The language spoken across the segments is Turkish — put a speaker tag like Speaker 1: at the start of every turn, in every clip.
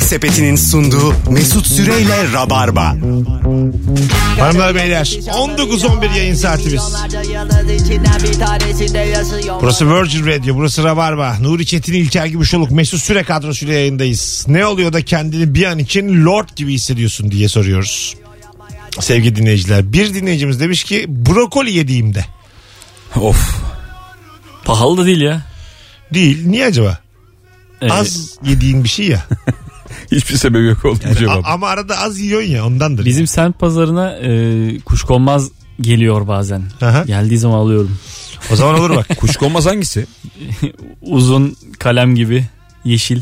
Speaker 1: Sepeti'nin sunduğu Mesut Süreyle Rabarba.
Speaker 2: Hanımlar beyler 19-11 yayın saatimiz. Burası Virgin Radio, burası Rabarba. Nuri Çetin, İlker Gümüşoluk, Mesut Süre kadrosuyla yayındayız. Ne oluyor da kendini bir an için lord gibi hissediyorsun diye soruyoruz. Sevgili dinleyiciler, bir dinleyicimiz demiş ki brokoli yediğimde.
Speaker 3: Of. Pahalı da değil ya.
Speaker 2: Değil, niye acaba?
Speaker 3: Ee,
Speaker 2: Az yediğin bir şey ya.
Speaker 4: Hiçbir sebebi yok oğlum cevap.
Speaker 2: A- ama arada az yiyorsun ya ondandır.
Speaker 3: Bizim semt pazarına e, kuşkonmaz geliyor bazen.
Speaker 2: Aha.
Speaker 3: Geldiği zaman alıyorum.
Speaker 2: O zaman olur bak.
Speaker 4: Kuşkonmaz hangisi?
Speaker 3: Uzun kalem gibi yeşil.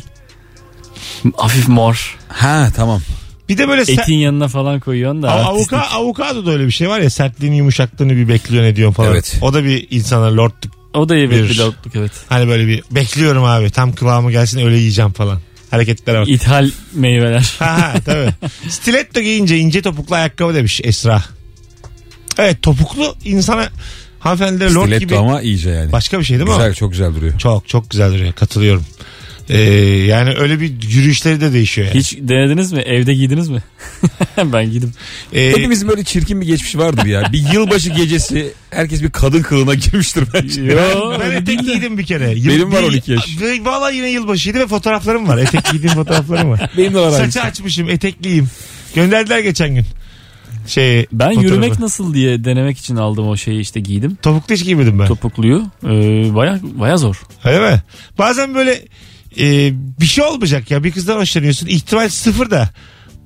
Speaker 3: Hafif mor.
Speaker 4: Ha tamam.
Speaker 2: Bir de böyle ser-
Speaker 3: Etin yanına falan koyuyorsun da.
Speaker 2: A-
Speaker 3: artistik.
Speaker 2: avuka, avukado da öyle bir şey var ya sertliğini yumuşaklığını bir bekliyorsun ediyorsun falan.
Speaker 4: Evet.
Speaker 2: O da bir insana lordluk.
Speaker 3: O da evet
Speaker 2: verir.
Speaker 3: bir lordluk evet.
Speaker 2: Hani böyle bir bekliyorum abi tam kıvamı gelsin öyle yiyeceğim falan. Hareketlere bak.
Speaker 3: İthal meyveler.
Speaker 2: ha ha tabii. Stiletto giyince ince topuklu ayakkabı demiş Esra. Evet topuklu insana hanımefendilere lord
Speaker 4: Stiletto
Speaker 2: gibi
Speaker 4: ama iyice yani.
Speaker 2: başka bir şey değil mi?
Speaker 4: güzel
Speaker 2: o?
Speaker 4: çok güzel duruyor.
Speaker 2: Çok çok güzel duruyor katılıyorum. Ee, yani öyle bir yürüyüşleri de değişiyor yani.
Speaker 3: Hiç denediniz mi? Evde giydiniz mi? ben giydim.
Speaker 2: Ee,
Speaker 4: Hepimizin böyle çirkin bir geçmişi vardır ya. Bir yılbaşı gecesi herkes bir kadın kılığına girmiştir bence.
Speaker 3: Yo,
Speaker 2: Ben
Speaker 3: öyle
Speaker 2: etek
Speaker 3: değil de.
Speaker 2: giydim bir kere. Yıl-
Speaker 4: Benim var
Speaker 2: bir-
Speaker 4: 12 yaş.
Speaker 2: Ve Vallahi yine yılbaşıydı ve fotoğraflarım var. Etek giydiğim fotoğraflarım var.
Speaker 4: Benim de var
Speaker 2: Saçı açmışım, etekliyim. Gönderdiler geçen gün. Şey,
Speaker 3: Ben
Speaker 2: fotoğrafı.
Speaker 3: yürümek nasıl diye denemek için aldım o şeyi işte giydim.
Speaker 2: Topuklu hiç giymedim ben.
Speaker 3: Topukluyu. Ee, baya baya zor.
Speaker 2: Öyle mi? Bazen böyle e, bir şey olmayacak ya. Bir kızdan hoşlanıyorsun. İhtimal sıfır da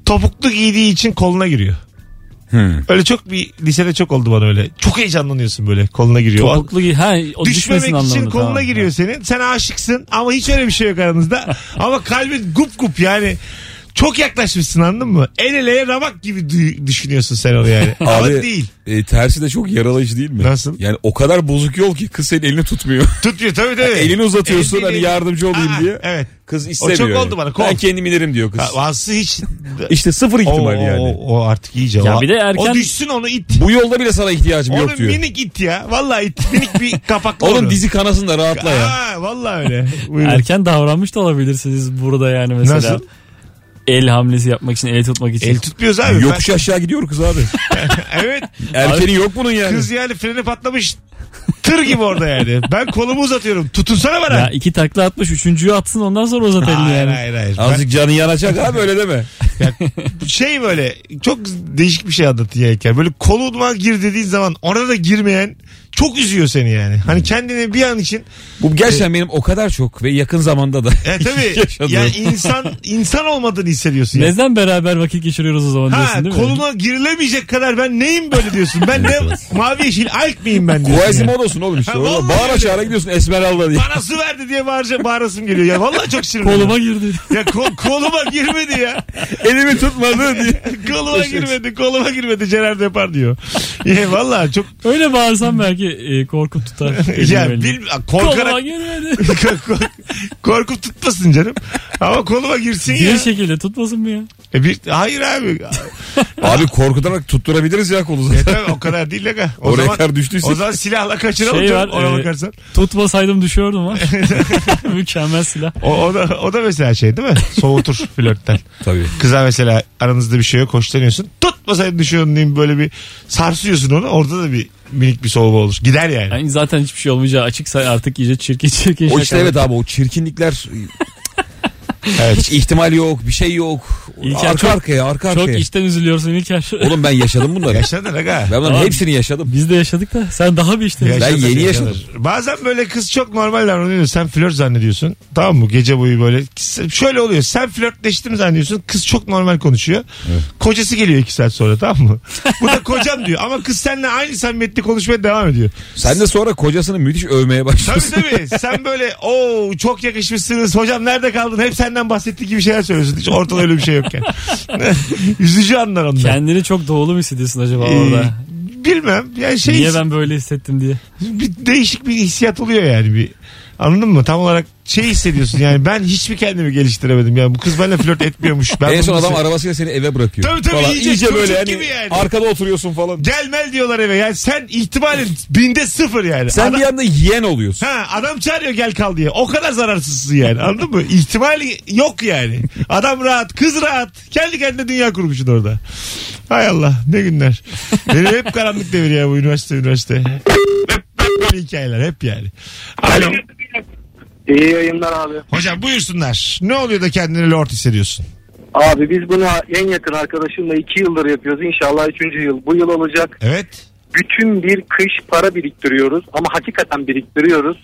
Speaker 2: topuklu giydiği için koluna giriyor.
Speaker 4: Hmm.
Speaker 2: Öyle çok bir lisede çok oldu bana öyle. Çok heyecanlanıyorsun böyle koluna giriyor. O-
Speaker 3: Topuklu giy. Ha, o
Speaker 2: Düşmemek
Speaker 3: düşmesin
Speaker 2: için
Speaker 3: anlamında.
Speaker 2: koluna
Speaker 3: tamam.
Speaker 2: giriyor senin. Sen aşıksın ama hiç öyle bir şey yok aranızda. ama kalbin gup gup yani. Çok yaklaşmışsın anladın mı? El eleye ramak gibi dü- düşünüyorsun sen onu yani. ama
Speaker 4: Abi-
Speaker 2: değil.
Speaker 4: E, tersi de çok yaralayıcı değil mi?
Speaker 2: Nasıl?
Speaker 4: Yani o kadar bozuk yol ki kız senin elini tutmuyor.
Speaker 2: Tutmuyor tabii tabii.
Speaker 4: elini uzatıyorsun
Speaker 2: El değil,
Speaker 4: hani
Speaker 2: el-
Speaker 4: yardımcı olayım
Speaker 2: Aa,
Speaker 4: diye.
Speaker 2: Evet.
Speaker 4: Kız istemiyor.
Speaker 2: çok
Speaker 4: yani.
Speaker 2: oldu bana, kol.
Speaker 4: Ben kendim inerim diyor kız.
Speaker 2: Ha, Vası hiç...
Speaker 4: işte sıfır
Speaker 2: o,
Speaker 4: ihtimal
Speaker 2: o-
Speaker 4: yani.
Speaker 2: O, o artık iyice.
Speaker 3: Ya
Speaker 2: o,
Speaker 3: bir de erken-
Speaker 2: O düşsün onu it.
Speaker 4: Bu yolda bile sana ihtiyacım
Speaker 2: Onun
Speaker 4: yok diyor.
Speaker 2: minik it ya. Vallahi it. Minik bir kapaklı
Speaker 4: Onun
Speaker 2: onu.
Speaker 4: dizi kanasın da rahatla ya.
Speaker 2: Aa, vallahi öyle. Buyurun.
Speaker 3: Erken davranmış da olabilirsiniz burada yani mesela.
Speaker 2: Nasıl?
Speaker 3: El hamlesi yapmak için, el tutmak için.
Speaker 2: El tutmuyoruz abi.
Speaker 4: Yokuş aşağı gidiyor kız abi.
Speaker 2: Ben- evet.
Speaker 4: Erkeni yok bunun yani.
Speaker 2: Kız yani freni patlamış. Tır gibi orada yani. Ben kolumu uzatıyorum. Tutunsana bana.
Speaker 3: Ya iki takla atmış, üçüncüyü atsın ondan sonra uzat elini
Speaker 2: hayır,
Speaker 3: yani.
Speaker 2: hayır hayır
Speaker 4: Azıcık canı yanacak abi öyle deme.
Speaker 2: Ben şey böyle çok değişik bir şey anlatıyor heykel. Böyle koluma gir dediğin zaman orada da girmeyen çok üzüyor seni yani.
Speaker 4: Hmm.
Speaker 2: Hani kendini bir an için
Speaker 4: Bu gerçekten benim o kadar çok ve yakın zamanda da.
Speaker 2: e tabii
Speaker 4: Yaşadım.
Speaker 2: yani insan insan olmadığını hissediyorsun. Yani.
Speaker 3: Neden beraber vakit geçiriyoruz o zaman
Speaker 2: Ha,
Speaker 3: diyorsun değil mi?
Speaker 2: koluma girilemeyecek kadar ben neyim böyle diyorsun. Ben ne mavi yeşil alp miyim ben diyorsun. yani.
Speaker 4: Quasimodo'sun oğlum işte.
Speaker 2: Ha,
Speaker 4: Orada
Speaker 2: vallahi
Speaker 4: bağıra
Speaker 2: öyle.
Speaker 4: çağıra gidiyorsun Esmeralda diye.
Speaker 2: Bana su verdi diye bağırca bağırasım geliyor. Ya vallahi çok sinirliyim.
Speaker 3: Koluma girdi.
Speaker 2: Ya kol- koluma girmedi ya.
Speaker 4: Elimi tutmadı diye.
Speaker 2: koluma girmedi, koluma girmedi. Gerard yapar diyor. Ya vallahi çok
Speaker 3: Öyle bağırsam belki e, korku tutar.
Speaker 2: ya
Speaker 3: elini.
Speaker 2: bil,
Speaker 3: Koluma
Speaker 2: korkarak
Speaker 3: girmedi.
Speaker 2: korkup tutmasın canım. Ama koluma girsin ya.
Speaker 3: Bir şekilde tutmasın mı ya?
Speaker 2: E bir, hayır abi.
Speaker 4: Abi korkutarak tutturabiliriz ya kolu
Speaker 2: E
Speaker 4: zaten.
Speaker 2: tabii o kadar değil de. O
Speaker 4: Oraya
Speaker 2: zaman
Speaker 4: kadar düştüyse.
Speaker 2: o zaman silahla kaçıralım
Speaker 3: Şey
Speaker 2: canım,
Speaker 3: var,
Speaker 2: ona
Speaker 3: e,
Speaker 2: bakarsan.
Speaker 3: Tutmasaydım düşüyordum ha. Mükemmel silah.
Speaker 2: O, o, da, o da mesela şey değil mi? Soğutur flörtten.
Speaker 4: Tabii.
Speaker 2: Kıza mesela aranızda bir şey yok hoşlanıyorsun. Tutmasaydın düşüyorsun diyeyim böyle bir sarsıyorsun onu. Orada da bir minik bir soğuma olur. Gider yani.
Speaker 3: Yani zaten hiçbir şey olmayacağı açıksa artık iyice çirkin çirkin
Speaker 4: O işte
Speaker 3: şakalar.
Speaker 4: evet abi o çirkinlikler
Speaker 2: Evet.
Speaker 4: hiç ihtimal yok bir şey yok.
Speaker 3: İlker
Speaker 4: arka
Speaker 3: çok-
Speaker 4: arkaya arka
Speaker 3: Çok
Speaker 4: arkaya.
Speaker 3: içten üzülüyorsun İlker.
Speaker 4: Oğlum ben yaşadım bunları.
Speaker 2: Yaşadın aga.
Speaker 4: ben bunların
Speaker 3: Tamam.
Speaker 4: hepsini yaşadım.
Speaker 3: Biz de yaşadık da sen daha bir içten
Speaker 4: Ben yeni yaşadım.
Speaker 2: Bazen böyle kız çok normal davranıyor. Sen flört zannediyorsun. Tamam mı? Gece boyu böyle. Şöyle oluyor. Sen flörtleştim zannediyorsun. Kız çok normal konuşuyor. Kocası geliyor iki saat sonra tamam mı? Bu da kocam diyor. Ama kız seninle aynı samimiyette konuşmaya devam ediyor.
Speaker 4: Sen de sonra kocasını müthiş övmeye
Speaker 2: Tabii
Speaker 4: başlıyorsun.
Speaker 2: tabii. Sen böyle o çok yakışmışsınız. Hocam nerede kaldın? Hep senden bahsettiği gibi şeyler söylüyorsun. Hiç ortada öyle bir şey yokken. Üzücü anlar onlar.
Speaker 3: Kendini çok doğulu mu hissediyorsun acaba
Speaker 2: Ee,
Speaker 3: orada?
Speaker 2: bilmem. Yani şey
Speaker 3: Niye ben böyle hissettim diye.
Speaker 2: bir değişik bir hissiyat oluyor yani bir Anladın mı? Tam olarak şey hissediyorsun yani ben hiçbir kendimi geliştiremedim. Yani bu kız benimle flört etmiyormuş. Ben
Speaker 4: en son
Speaker 2: bunu
Speaker 4: adam
Speaker 2: se-
Speaker 4: arabasıyla seni eve bırakıyor.
Speaker 2: Tabii tabii, iyice çocuk gibi yani.
Speaker 4: arkada oturuyorsun falan.
Speaker 2: Gelmel diyorlar eve. Yani sen ihtimalin binde sıfır yani.
Speaker 4: Sen
Speaker 2: Adam-
Speaker 4: bir anda yiyen oluyorsun.
Speaker 2: Ha adam çağırıyor gel kal diye. O kadar zararsızsın yani anladın mı? İhtimali yok yani. Adam rahat, kız rahat. Kendi kendine dünya kurmuşsun orada. Hay Allah ne günler. Beni hep karanlık devir ya bu üniversite üniversite. Hep, hep böyle hikayeler hep yani. Alo.
Speaker 5: İyi yayınlar abi.
Speaker 2: Hocam buyursunlar. Ne oluyor da kendini lord hissediyorsun?
Speaker 5: Abi biz bunu en yakın arkadaşımla iki yıldır yapıyoruz. İnşallah üçüncü yıl bu yıl olacak.
Speaker 2: Evet.
Speaker 5: Bütün bir kış para biriktiriyoruz ama hakikaten biriktiriyoruz.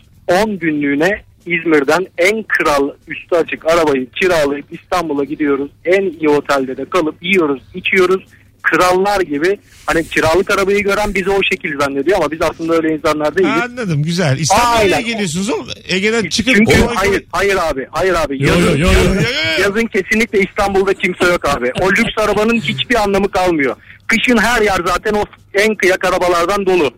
Speaker 5: 10 günlüğüne İzmir'den en kral üstü açık arabayı kiralayıp İstanbul'a gidiyoruz. En iyi otelde de kalıp yiyoruz, içiyoruz. Krallar gibi hani kiralık arabayı gören bizi o şekil zannediyor ama biz aslulda öyle insanlar değiliz.
Speaker 2: Anladım güzel. İstanbul'a
Speaker 5: Aynen.
Speaker 2: geliyorsunuz oğlum. Ege'den çıkıp.
Speaker 5: Çünkü
Speaker 2: Oğlum,
Speaker 5: hayır, hayır abi, hayır abi.
Speaker 3: Yo, yo,
Speaker 5: Yazın-
Speaker 3: yo, yo.
Speaker 2: Ya, ya, ya.
Speaker 5: Yazın kesinlikle İstanbul'da kimse yok abi. O lüks arabanın hiçbir anlamı kalmıyor. Kışın her yer zaten o en kıyak arabalardan dolu.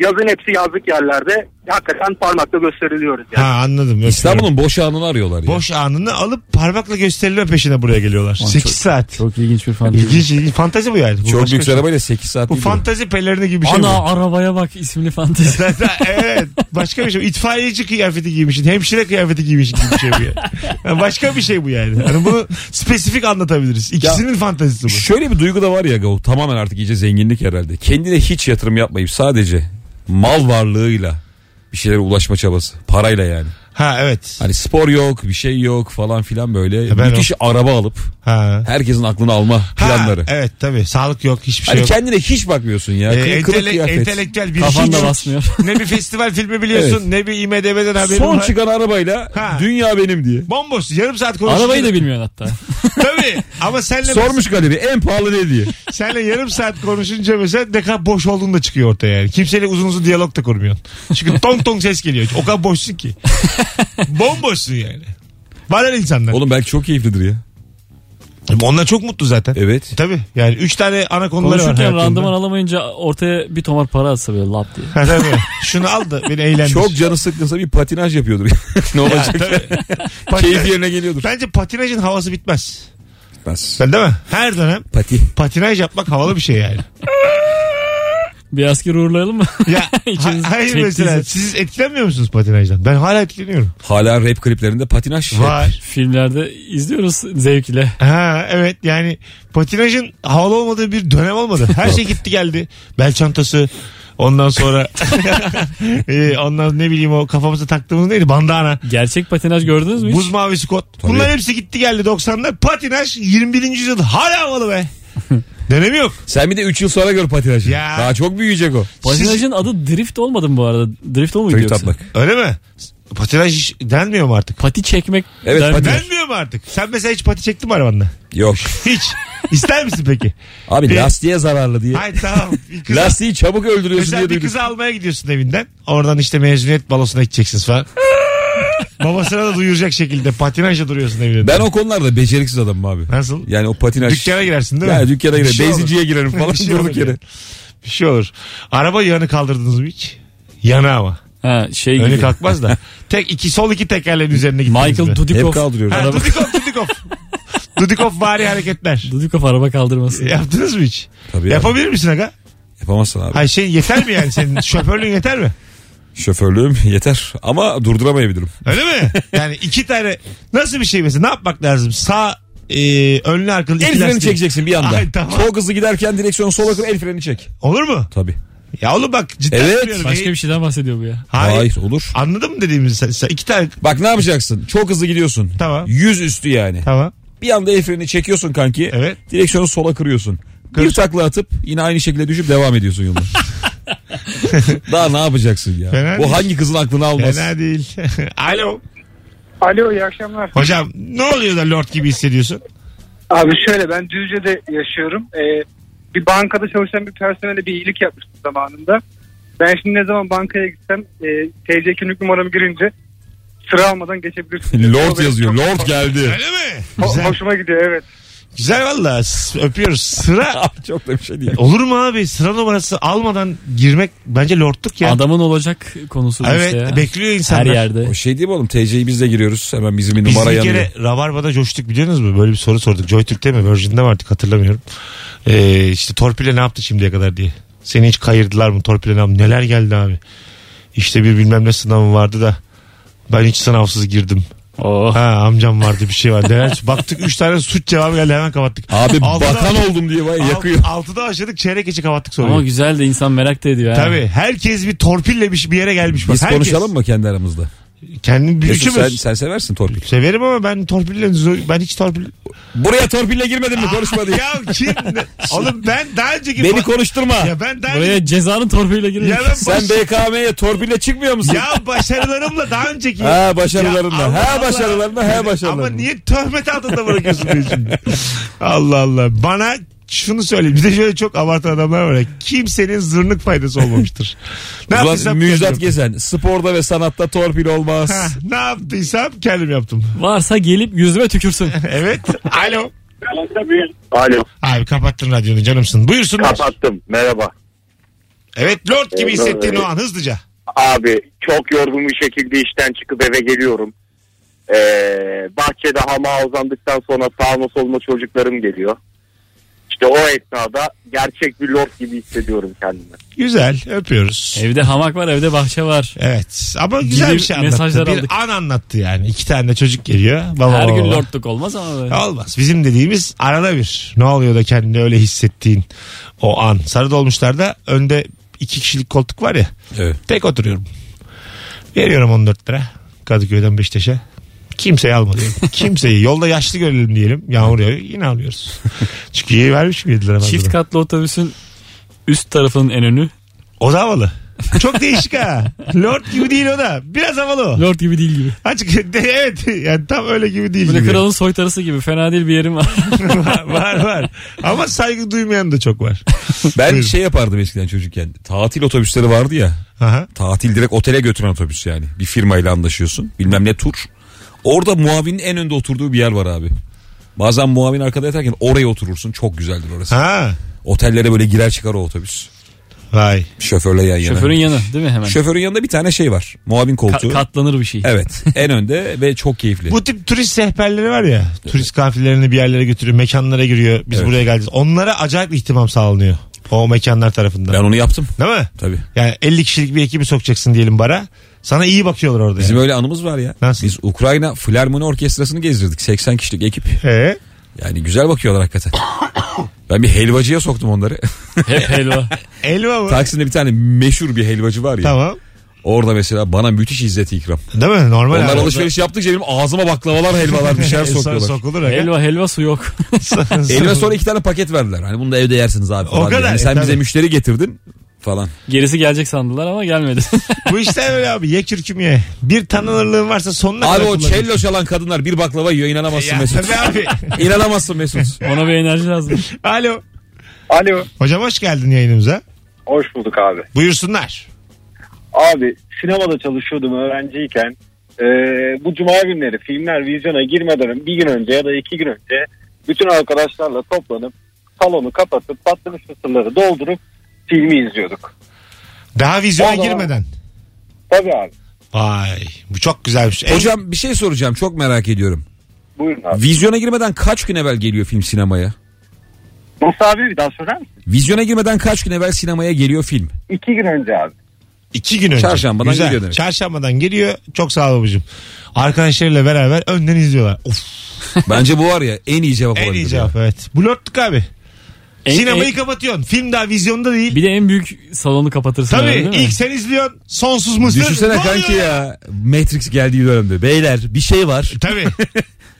Speaker 5: Yazın hepsi yazlık yerlerde. Hakikaten parmakla gösteriliyoruz yani.
Speaker 2: Ha anladım. Öpüyorum.
Speaker 4: İstanbul'un boş anını arıyorlar ya.
Speaker 2: boş anını alıp parmakla gösterilme peşine buraya geliyorlar.
Speaker 3: Aman
Speaker 2: 8
Speaker 3: çok-
Speaker 2: saat.
Speaker 3: Çok ilginç bir fantezi.
Speaker 2: İlginç, ilginç. Fantazi bu yani. Bu
Speaker 4: Çok
Speaker 2: başka
Speaker 4: lüks
Speaker 2: şey.
Speaker 4: arabayla 8 saat
Speaker 2: Bu
Speaker 4: değil mi?
Speaker 2: fantazi pelerini gibi bir şey
Speaker 3: Ana
Speaker 2: bu.
Speaker 3: arabaya bak isimli fantezi.
Speaker 2: evet. Başka bir şey. bu. İtfaiyeci kıyafeti giymişsin. Hemşire kıyafeti giymişsin gibi bir şey bu yani. Yani başka bir şey bu yani. Hani bunu spesifik anlatabiliriz. İkisinin fantazisi bu.
Speaker 4: Şöyle bir duygu da var ya Gavur. Tamamen artık iyice zenginlik herhalde. Kendine hiç yatırım yapmayıp sadece mal varlığıyla bir şeylere ulaşma çabası. Parayla yani.
Speaker 2: Ha evet.
Speaker 4: Hani spor yok, bir şey yok falan filan böyle.
Speaker 2: Ha, E, ben
Speaker 4: Müthiş araba alıp
Speaker 2: Ha.
Speaker 4: herkesin aklını alma
Speaker 2: Ha,
Speaker 4: planları.
Speaker 2: evet tabii. Sağlık yok. Hiçbir şey
Speaker 4: Hani
Speaker 2: yok.
Speaker 4: kendine hiç bakmıyorsun ya.
Speaker 2: Ee,
Speaker 4: Kı- kılık
Speaker 2: entele-
Speaker 4: kıyafet.
Speaker 2: entelektüel bir
Speaker 3: Kafan da
Speaker 2: hiç-
Speaker 3: basmıyor.
Speaker 2: Ne bir festival filmi biliyorsun
Speaker 4: Evet.
Speaker 2: ne bir IMDB'den haberin
Speaker 4: Son
Speaker 2: var.
Speaker 4: çıkan arabayla
Speaker 2: Ha.
Speaker 4: dünya benim diye.
Speaker 2: Bomboş yarım saat konuşuyorsun.
Speaker 3: Arabayı da bilmiyorsun hatta.
Speaker 2: Tabii ama senle
Speaker 4: Sormuş galiba en pahalı ne diye.
Speaker 2: Senle yarım saat konuşunca mesela ne kadar boş olduğun da çıkıyor ortaya yani. Kimseyle uzun uzun diyalog da kurmuyorsun. Çünkü tong tong ses geliyor. O kadar boşsun ki. Bomboşsun yani. Var öyle insanlar.
Speaker 4: Oğlum belki çok keyiflidir ya.
Speaker 2: Onlar çok mutlu zaten.
Speaker 4: Evet.
Speaker 2: Tabii yani üç tane ana konuları var
Speaker 3: Konuşurken
Speaker 2: hayatında.
Speaker 3: randıman alamayınca ortaya bir tomar para atsa böyle lap diye.
Speaker 2: Ha, tabii. Şunu al da beni eğlendir.
Speaker 4: Çok canı sıkkınsa bir patinaj yapıyordur. ne olacak? Keyif
Speaker 2: Patinaj-
Speaker 4: yerine geliyordur.
Speaker 2: Bence patinajın havası bitmez.
Speaker 4: Bitmez.
Speaker 2: Sen değil mi? Her dönem
Speaker 4: Pati.
Speaker 2: patinaj yapmak havalı bir şey yani.
Speaker 3: Bir asker uğurlayalım mı?
Speaker 2: Ya
Speaker 3: İçiniz
Speaker 2: ha- hayır
Speaker 3: çektiyse.
Speaker 2: mesela siz etkilenmiyor musunuz patinajdan? Ben hala etkileniyorum.
Speaker 4: Hala rap kliplerinde patinaj.
Speaker 2: Var.
Speaker 3: Filmlerde izliyoruz zevkle.
Speaker 2: Ha evet yani patinajın havalı olmadığı bir dönem olmadı. Her şey gitti geldi. Bel çantası ondan sonra e, ondan ne bileyim o kafamıza taktığımız neydi bandana.
Speaker 3: Gerçek patinaj gördünüz mü hiç?
Speaker 2: Buz mavisi kot.
Speaker 4: Tabii.
Speaker 2: Bunların hepsi gitti geldi 90'lar. Patinaj 21. yüzyıl hala havalı be. Dönemi yok.
Speaker 4: Sen bir de 3 yıl sonra gör patinajı.
Speaker 2: Ya.
Speaker 4: Daha çok büyüyecek o.
Speaker 3: Patinajın adı drift olmadı mı bu arada? Drift olmuyor
Speaker 4: Tweet
Speaker 3: yoksa?
Speaker 4: atmak.
Speaker 2: Öyle mi? Patinaj hiç denmiyor mu artık?
Speaker 3: Pati çekmek.
Speaker 4: Evet,
Speaker 3: der-
Speaker 4: pati-
Speaker 2: Denmiyor mu artık? Sen mesela hiç pati çektin mi arabanda?
Speaker 4: Yok.
Speaker 2: Hiç. İster misin peki?
Speaker 4: Abi
Speaker 2: Bir-
Speaker 4: lastiğe zararlı diye.
Speaker 2: Hayır tamam. Bir kız-
Speaker 4: Lastiği çabuk öldürüyorsun
Speaker 2: Mesela
Speaker 4: diye
Speaker 2: bir
Speaker 4: duyduk.
Speaker 2: kızı almaya gidiyorsun evinden. Oradan işte mezuniyet balosuna gideceksiniz falan. Babasına da duyuracak şekilde patinajla duruyorsun evinde.
Speaker 4: Ben o konularda beceriksiz adamım abi.
Speaker 2: Nasıl?
Speaker 4: Yani o patinaj.
Speaker 2: Dükkana girersin değil mi?
Speaker 4: Ya dükkana
Speaker 2: Bir
Speaker 4: girerim.
Speaker 2: şey olur.
Speaker 4: Beyziciye girerim falan
Speaker 2: Bir şey
Speaker 4: durduk
Speaker 2: olur
Speaker 4: yere.
Speaker 2: ya. Bir şey olur. Araba yanı kaldırdınız mı hiç? Yana ama.
Speaker 3: Ha, şey
Speaker 2: Önü
Speaker 3: gibi.
Speaker 2: kalkmaz da. Tek iki sol iki tekerleğin üzerine gittiniz mi?
Speaker 3: Michael
Speaker 4: Hep
Speaker 3: Dudikoff.
Speaker 4: kaldırıyorum.
Speaker 2: Ha,
Speaker 4: Araba-
Speaker 2: Dudikoff Dudikoff. Dudikoff bari hareketler.
Speaker 3: Dudikoff araba kaldırması.
Speaker 2: Yaptınız mı hiç?
Speaker 4: Tabii abi.
Speaker 2: Yapabilir misin aga?
Speaker 4: Yapamazsın abi.
Speaker 2: Hayır şey yeter mi yani senin şoförlüğün yeter mi?
Speaker 4: Şoförlüğüm yeter ama durduramayabilirim.
Speaker 2: Öyle mi? Yani iki tane nasıl bir şey mesela ne yapmak lazım? Sağ e, önlü arkalı iki
Speaker 4: El freni
Speaker 2: lastiği-
Speaker 4: çekeceksin bir anda.
Speaker 2: Ay, tamam.
Speaker 4: Çok hızlı giderken direksiyonu sola kır el freni çek.
Speaker 2: Olur mu?
Speaker 4: Tabii.
Speaker 2: Ya oğlum bak cidden
Speaker 4: Evet.
Speaker 2: söylüyorum.
Speaker 3: Başka
Speaker 2: E,
Speaker 3: bir şey. şeyden bahsediyor bu ya.
Speaker 2: Hayır.
Speaker 4: Hayır olur.
Speaker 2: Anladın mı dediğimizi sen? sen iki tane
Speaker 4: Bak ne yapacaksın? Çok hızlı gidiyorsun.
Speaker 2: Tamam.
Speaker 4: Yüz üstü yani.
Speaker 2: tamam.
Speaker 4: Bir anda el freni çekiyorsun kanki.
Speaker 2: Evet.
Speaker 4: Direksiyonu sola kırıyorsun.
Speaker 2: Kır.
Speaker 4: Bir takla atıp yine aynı şekilde düşüp devam ediyorsun yoluna. Daha ne yapacaksın ya?
Speaker 2: Fena
Speaker 4: Bu
Speaker 2: değil.
Speaker 4: hangi kızın aklını almaz?
Speaker 2: Fena değil. Alo.
Speaker 6: Alo iyi akşamlar.
Speaker 2: Hocam ne oluyor da lord gibi hissediyorsun?
Speaker 6: Abi şöyle ben Düzce'de yaşıyorum. Ee, bir bankada çalışan bir personele bir iyilik yapmıştım zamanında. Ben şimdi ne zaman bankaya gitsem e, TC kimlik numaramı girince sıra almadan geçebilirsin.
Speaker 4: Lord yazıyor. Lord geldi.
Speaker 2: Öyle mi?
Speaker 6: Ho-
Speaker 2: Güzel.
Speaker 6: hoşuma gidiyor evet.
Speaker 2: Güzel valla. S- Öpüyoruz. Sıra.
Speaker 4: Çok da bir şey değil.
Speaker 2: Olur mu abi? Sıra numarası almadan girmek bence lordluk ya.
Speaker 3: Adamın olacak konusu
Speaker 2: evet
Speaker 3: işte ya.
Speaker 2: bekliyor
Speaker 3: Her
Speaker 2: insanlar.
Speaker 3: yerde.
Speaker 4: O şey değil mi oğlum TC'yi biz de giriyoruz hemen bizim bir
Speaker 2: Biz
Speaker 4: numara
Speaker 2: bir
Speaker 4: yanıyor.
Speaker 2: kere Rabarba'da coştuk biliyorsunuz mu? Böyle bir soru sorduk. JoyTürk'te mi? Virgin'de mi artık hatırlamıyorum. Ee, işte torpille ne yaptı şimdiye kadar diye. Seni hiç kayırdılar mı torpille ne yaptı? Neler geldi abi? İşte bir bilmem ne sınavım vardı da ben hiç sınavsız girdim.
Speaker 3: Oh.
Speaker 2: Ha amcam vardı bir şey vardı. Neler- Baktık 3 tane suç cevabı geldi hemen kapattık.
Speaker 4: Abi
Speaker 2: Altıda-
Speaker 4: bakan oldum diye var ya, yakıyor.
Speaker 2: Alt- Altıda aşladık çeyrek içi kapattık soruyu.
Speaker 3: Ama güzel de insan merak da ediyor. ha.
Speaker 2: Tabii herkes bir torpille bir, bir yere gelmiş. Bak,
Speaker 4: Biz
Speaker 2: herkes.
Speaker 4: konuşalım mı kendi aramızda?
Speaker 2: Kendim bir
Speaker 4: Mesut, sen,
Speaker 2: üçümüz.
Speaker 4: sen seversin torpil.
Speaker 2: Severim ama ben torpille ben hiç torpil
Speaker 4: Buraya torpille girmedin mi konuşma diye.
Speaker 2: Ya kim? Oğlum ben daha önceki...
Speaker 4: Beni konuşturma.
Speaker 2: Ya ben daha önceki...
Speaker 3: Buraya cezanın torpille girelim.
Speaker 2: Ya ben
Speaker 4: sen
Speaker 2: baş-
Speaker 4: BKM'ye torpille çıkmıyor musun?
Speaker 2: Ya başarılarımla daha önceki...
Speaker 4: Ha başarılarınla.
Speaker 2: Ya Allah
Speaker 4: ha
Speaker 2: Allah.
Speaker 4: başarılarınla. Ha başarılarınla.
Speaker 2: Ama niye töhmet altında bırakıyorsun beni şimdi? Allah Allah. Bana şunu söyle. Bir de şöyle çok abartan adamlar var ya. Kimsenin zırnık faydası olmamıştır. Ne
Speaker 4: Ulan
Speaker 2: yaptıysam
Speaker 4: Müjdat
Speaker 2: kendim yaptım.
Speaker 4: Gezen sporda ve sanatta torpil olmaz.
Speaker 2: Heh, Ne yaptıysam kendim yaptım.
Speaker 3: Varsa gelip yüzüme tükürsün.
Speaker 2: Evet. Alo.
Speaker 7: Alo
Speaker 2: Abi kapattın radyonu canımsın. Buyursunlar.
Speaker 7: kapattım merhaba.
Speaker 2: Evet Lord gibi hissettiğin o an hızlıca.
Speaker 7: Abi çok yorgun bir şekilde işten çıkıp eve geliyorum. Ee, bahçede hamağa uzandıktan sonra sağıma soluma çocuklarım geliyor. İşte o esnada gerçek bir lord gibi hissediyorum kendimi.
Speaker 2: Güzel öpüyoruz.
Speaker 3: evde hamak var evde bahçe var.
Speaker 2: Evet ama güzel
Speaker 3: Gibi
Speaker 2: bir şey anlattı.
Speaker 3: mesajlar
Speaker 2: bir
Speaker 3: aldık.
Speaker 2: an anlattı yani. İki tane de çocuk geliyor. Baba,
Speaker 3: Her
Speaker 2: baba,
Speaker 3: gün
Speaker 2: baba.
Speaker 3: lordluk olmaz ama böyle.
Speaker 2: Olmaz. Bizim dediğimiz arada bir. Ne oluyor da kendini öyle hissettiğin o an. Sarı dolmuşlarda önde iki kişilik koltuk var ya.
Speaker 4: Evet.
Speaker 2: Tek oturuyorum. Veriyorum 14 lira. Kadıköy'den Beşiktaş'a. Kimseyi alma diyorum. Kimseyi. Yolda yaşlı görelim diyelim. Yağmur yağıyor. Yine alıyoruz. Çünkü iyi vermiş mi 7 lira?
Speaker 3: Çift
Speaker 2: fazladan?
Speaker 3: katlı otobüsün üst tarafının en önü.
Speaker 2: O da havalı. Çok değişik ha. Lord gibi değil o da. Biraz havalı o.
Speaker 3: Lord gibi değil gibi.
Speaker 2: Açık de, evet yani tam öyle gibi değil.
Speaker 3: Böyle
Speaker 2: gibi.
Speaker 3: kralın soytarısı gibi. Fena değil bir yerim var.
Speaker 2: var, var var. Ama saygı duymayan da çok var.
Speaker 4: Ben
Speaker 2: Buyurun.
Speaker 4: şey yapardım eskiden çocukken. Tatil otobüsleri vardı ya.
Speaker 2: Aha.
Speaker 4: Tatil direkt otele götüren otobüs yani. Bir firmayla anlaşıyorsun. Bilmem ne tur. Orada muavinin en önde oturduğu bir yer var abi. Bazen muavin arkada yatarken oraya oturursun. Çok güzeldir orası.
Speaker 2: Ha.
Speaker 4: Otellere böyle girer çıkar o otobüs.
Speaker 2: Vay.
Speaker 4: Şoförle yan yana.
Speaker 3: Şoförün yanı değil mi hemen?
Speaker 4: Şoförün yanında bir tane şey var. Muavin
Speaker 3: Ka-
Speaker 4: koltuğu.
Speaker 3: katlanır bir şey.
Speaker 4: Evet. En önde ve çok keyifli.
Speaker 2: Bu tip turist sehperleri var ya. Turist kafirlerini bir yerlere götürüyor. Mekanlara giriyor. Biz
Speaker 4: Evet.
Speaker 2: buraya geldik. Onlara acayip ihtimam sağlanıyor. O mekanlar tarafından.
Speaker 4: Ben onu yaptım.
Speaker 2: Değil mi?
Speaker 4: Tabii.
Speaker 2: Yani 50 kişilik bir ekibi sokacaksın diyelim bara. Sana iyi bakıyorlar orada.
Speaker 4: Bizim
Speaker 2: yani.
Speaker 4: öyle anımız var ya.
Speaker 2: Nasıl?
Speaker 4: Biz Ukrayna Filarmoni Orkestrası'nı gezdirdik. 80 kişilik ekip.
Speaker 2: Ee?
Speaker 4: Yani güzel bakıyorlar hakikaten. Ben bir helvacıya soktum onları.
Speaker 3: Hep helva.
Speaker 2: Elma mı?
Speaker 4: Taksim'de bir tane meşhur bir helvacı var ya.
Speaker 2: Tamam.
Speaker 4: Orada mesela bana müthiş izzet ikram.
Speaker 2: Değil mi? Normal
Speaker 4: Onlar
Speaker 2: abi.
Speaker 4: alışveriş yaptıkça benim ağzıma baklavalar, helvalar bir şeyler
Speaker 2: Sonra
Speaker 4: sokuyorlar.
Speaker 2: Sokulur. aga.
Speaker 3: helva helva su yok.
Speaker 4: Elime sonra iki tane paket verdiler. Hani bunu da evde yersiniz abi falan.
Speaker 2: O kadar,
Speaker 4: diye. Yani sen
Speaker 2: e,
Speaker 4: bize
Speaker 2: tabii.
Speaker 4: müşteri getirdin falan.
Speaker 3: Gerisi gelecek sandılar ama gelmedi.
Speaker 2: Bu işte öyle abi. Ye kürküm ye. Bir tanınırlığın varsa sonuna
Speaker 4: Abi
Speaker 2: kadar
Speaker 4: o
Speaker 2: kullanırsın.
Speaker 4: cello çalan kadınlar bir baklava yiyor inanamazsın
Speaker 2: Ya,
Speaker 4: Mesut.
Speaker 2: tabii abi.
Speaker 4: İnanamazsın Mesut.
Speaker 3: Ona bir enerji lazım.
Speaker 2: Alo.
Speaker 5: Alo.
Speaker 2: Hocam hoş geldin yayınımıza.
Speaker 5: Hoş bulduk abi.
Speaker 2: Buyursunlar.
Speaker 5: Abi sinemada çalışıyordum öğrenciyken. Ee, bu cuma günleri filmler vizyona girmeden bir gün önce ya da iki gün önce bütün arkadaşlarla toplanıp salonu kapatıp patlamış mısırları doldurup filmi izliyorduk.
Speaker 2: Daha vizyona
Speaker 5: Vallahi.
Speaker 2: girmeden.
Speaker 5: Tabii abi.
Speaker 2: Vay bu çok güzelmiş. En-
Speaker 4: Hocam bir şey soracağım çok merak ediyorum.
Speaker 5: Buyurun abi.
Speaker 4: Vizyona girmeden kaç gün evvel geliyor film sinemaya?
Speaker 5: Nasıl abi bir daha söyler misin?
Speaker 4: Vizyona girmeden kaç gün evvel sinemaya geliyor film?
Speaker 5: İki gün önce abi.
Speaker 2: iki gün önce.
Speaker 4: Çarşambadan geliyor demek.
Speaker 2: Çarşambadan geliyor. Çok sağ ol babacığım. Arkadaşlarıyla beraber önden izliyorlar. Of,
Speaker 4: Bence bu var ya en iyi cevap
Speaker 2: en
Speaker 4: olabilir.
Speaker 2: iyi
Speaker 4: ya.
Speaker 2: cevap evet. Bu lörtlük abi.
Speaker 3: En-
Speaker 2: Sinemayı
Speaker 3: en-
Speaker 2: kapatıyorsun. Film daha vizyonda değil.
Speaker 3: bir de en büyük salonu kapatırsın.
Speaker 2: Tabii
Speaker 3: herhalde, değil mi?
Speaker 2: ilk sen izliyorsun. Sonsuz mısır.
Speaker 4: Düşünsene
Speaker 2: Ne oluyor
Speaker 4: kanki ya Matrix geldiği dönemde. Beyler bir şey var.
Speaker 2: Tabii.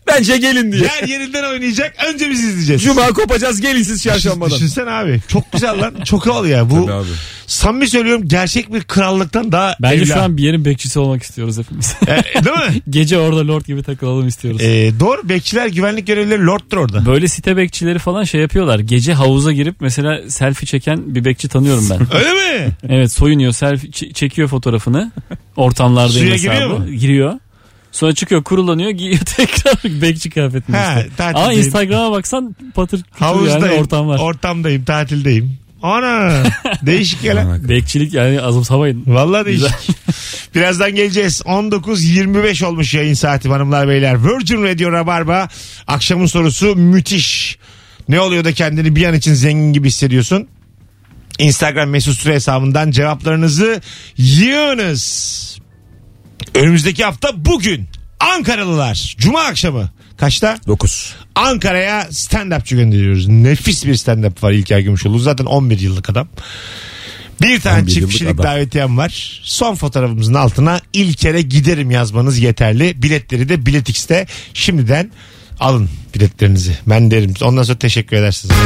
Speaker 4: Bence gelin diye.
Speaker 2: Yer yerinden oynayacak. Önce biz izleyeceğiz.
Speaker 4: Cuma kopacağız gelin siz çarşambadan.
Speaker 2: Düşünsene abi. Çok güzel lan. Çok havalı ya. Bu
Speaker 4: Tabii abi.
Speaker 2: samimi söylüyorum gerçek bir krallıktan daha
Speaker 3: Bence
Speaker 2: evla.
Speaker 3: şu an bir yerin bekçisi olmak istiyoruz hepimiz.
Speaker 2: E, değil mi?
Speaker 3: Gece orada lord gibi takılalım istiyoruz.
Speaker 2: E, doğru bekçiler güvenlik görevlileri lordtur orada.
Speaker 3: Böyle site bekçileri falan şey yapıyorlar. Gece havuza girip mesela selfie çeken bir bekçi tanıyorum ben.
Speaker 2: Öyle mi?
Speaker 3: evet soyunuyor selfie ç- çekiyor fotoğrafını. Ortamlarda
Speaker 2: Suya
Speaker 3: hesabı.
Speaker 2: giriyor mu?
Speaker 3: Giriyor. Sonra çıkıyor kurulanıyor giyiyor tekrar bekçi kıyafetini
Speaker 2: Ha,
Speaker 3: işte.
Speaker 2: tatildeyim.
Speaker 3: Ama Instagram'a baksan patır kütür
Speaker 2: Havuzdayım.
Speaker 3: yani ortam var.
Speaker 2: Ortamdayım, tatildeyim. Ana! değişik ya lan.
Speaker 3: Bekçilik yani azımsamayın.
Speaker 2: Vallahi değişik. Birazdan geleceğiz. 19.25 olmuş yayın saati hanımlar beyler. Virgin Radio Rabarba. Akşamın sorusu müthiş. Ne oluyor da kendini bir an için zengin gibi hissediyorsun? Instagram mesut süre hesabından cevaplarınızı yığınız. Önümüzdeki hafta bugün Ankaralılar. Cuma akşamı. Kaçta?
Speaker 4: 9.
Speaker 2: Ankara'ya stand-upçı gönderiyoruz. Nefis bir stand-up var İlker Gümüşoğlu. Zaten 11 yıllık adam. Bir tane
Speaker 4: 11
Speaker 2: çift
Speaker 4: yıllık
Speaker 2: kişilik
Speaker 4: adam.
Speaker 2: davetiyem var. Son fotoğrafımızın altına İlker'e giderim yazmanız yeterli. Biletleri de Biletix'te şimdiden alın biletlerinizi. Ben derim. Ondan sonra teşekkür edersiniz.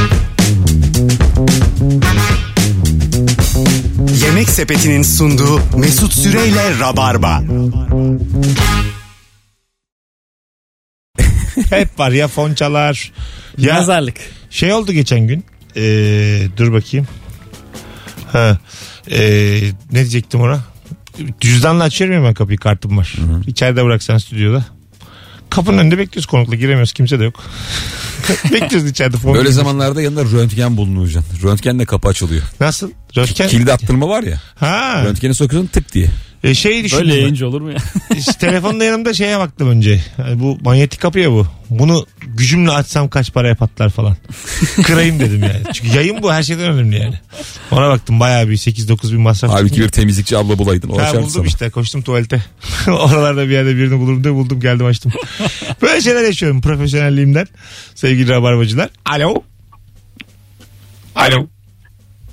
Speaker 1: Yemek Sepeti'nin sunduğu Mesut Süreyle Rabarba.
Speaker 2: Hep var ya fonçalar. Ya
Speaker 3: Yazarlık.
Speaker 2: şey oldu geçen gün. Ee, dur bakayım. Ha. Ee, ne diyecektim ona? Cüzdanla açıyorum hemen kapıyı kartım var. İçeride bıraksan stüdyoda. Kapının önünde bekliyoruz konukla giremiyoruz kimse de yok. bekliyoruz içeride. Fon
Speaker 4: Böyle
Speaker 2: geliyor.
Speaker 4: zamanlarda yanında röntgen bulunuyor. Röntgenle kapı açılıyor.
Speaker 2: Nasıl? Röntgen.
Speaker 4: Kilidi attırma var ya.
Speaker 2: Ha.
Speaker 4: Röntgeni sokuyorsun tık diye.
Speaker 2: E, şey düşündüm.
Speaker 3: Böyle
Speaker 2: ben.
Speaker 3: yayıncı olur mu ya?
Speaker 2: İşte telefonla yanımda şeye baktım önce. Yani bu manyetik kapı ya bu. Bunu gücümle açsam kaç paraya patlar falan. Kırayım dedim yani. Çünkü yayın bu her şeyden önemli yani. Ona baktım bayağı bir 8-9 bin masraf.
Speaker 4: Halbuki bir temizlikçi abla bulaydın. O
Speaker 2: Ha,
Speaker 4: açardı
Speaker 2: buldum
Speaker 4: sana.
Speaker 2: işte koştum tuvalete. Oralarda bir yerde birini bulurum diye buldum geldim açtım. Böyle şeyler yaşıyorum profesyonelliğimden. Sevgili rabarbacılar. Alo. Alo.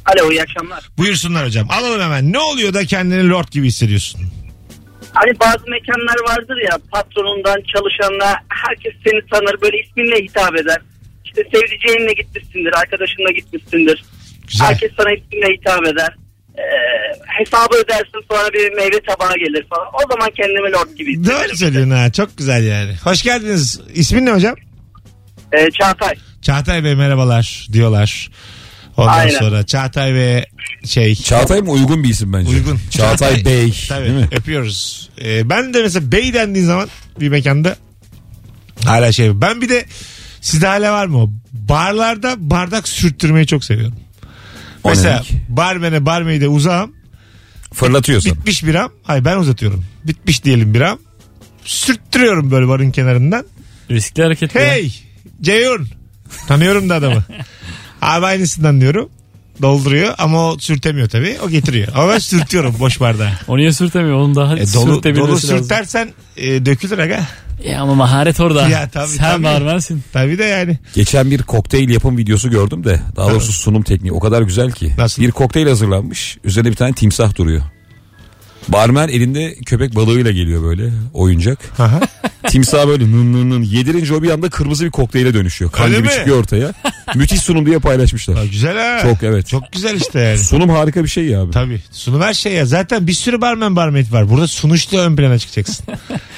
Speaker 8: Alo iyi akşamlar.
Speaker 2: Buyursunlar hocam. Alalım hemen. Ne oluyor da kendini lord gibi hissediyorsun?
Speaker 8: Hani bazı mekanlar vardır ya patronundan çalışanına herkes seni tanır böyle isminle hitap eder. İşte sevdiceğinle gitmişsindir arkadaşınla gitmişsindir.
Speaker 2: Güzel.
Speaker 8: Herkes sana isminle hitap eder. Ee, hesabı ödersin sonra bir meyve tabağı gelir falan. O zaman kendimi lord gibi
Speaker 2: Doğru
Speaker 8: hissederim.
Speaker 2: söylüyorsun ha. Çok güzel yani. Hoş geldiniz. İsmin ne hocam?
Speaker 8: Ee, Çağatay.
Speaker 2: Çağatay Bey merhabalar diyorlar. Ondan
Speaker 8: Aynen.
Speaker 2: sonra Çağatay Bey şey
Speaker 4: Çağatay mı uygun bir isim bence?
Speaker 2: Uygun.
Speaker 4: Çağatay Bey.
Speaker 2: tabii
Speaker 4: Değil mi?
Speaker 2: öpüyoruz. Ee, ben de mesela Bey dendiğin zaman bir mekanda hala şey ben bir de sizde hala var mı? o? Barlarda bardak sürttürmeyi çok seviyorum.
Speaker 4: O ne
Speaker 2: Mesela
Speaker 4: demek?
Speaker 2: barmene barmeyi de uzağım.
Speaker 4: Fırlatıyorsun.
Speaker 2: Bitmiş biram. Hayır ben uzatıyorum. Bitmiş diyelim biram. Sürttürüyorum böyle barın kenarından.
Speaker 3: Riskli hareket. ya.
Speaker 2: Hey Ceyhun. Tanıyorum da adamı. Abi aynısından diyorum. Dolduruyor ama o sürtemiyor tabii. O getiriyor. Ama ben sürtüyorum boş bardağı.
Speaker 3: O niye sürtemiyor? Onu daha
Speaker 2: E, dolu,
Speaker 3: sürtebilmesi
Speaker 2: dolu
Speaker 3: lazım.
Speaker 2: sürtersen e, dökülür aga.
Speaker 3: Ya ama maharet orada.
Speaker 2: Ya tabii,
Speaker 3: Sen
Speaker 2: tabii.
Speaker 3: barmensin.
Speaker 2: Tabii de yani.
Speaker 4: Geçen bir kokteyl yapım videosu gördüm de daha doğrusu sunum tekniği o kadar güzel ki.
Speaker 2: Nasıl?
Speaker 4: Bir kokteyl hazırlanmış üzerine bir tane timsah duruyor. Barmen elinde köpek balığıyla geliyor böyle oyuncak.
Speaker 2: Aha.
Speaker 4: Timsah böyle nın nın nın yedirince o bir anda kırmızı bir kokteyle dönüşüyor. Kan
Speaker 2: Öyle
Speaker 4: gibi
Speaker 2: mi?
Speaker 4: çıkıyor ortaya. Müthiş sunum diye
Speaker 2: Ya
Speaker 4: paylaşmışlar.
Speaker 2: güzel ha.
Speaker 4: Çok evet.
Speaker 2: Çok güzel işte yani.
Speaker 4: Sunum harika bir şey ya abi.
Speaker 2: Tabii. Sunum her şey ya. Zaten bir sürü barmen barmaid var. Burada sunuşla ön plana çıkacaksın.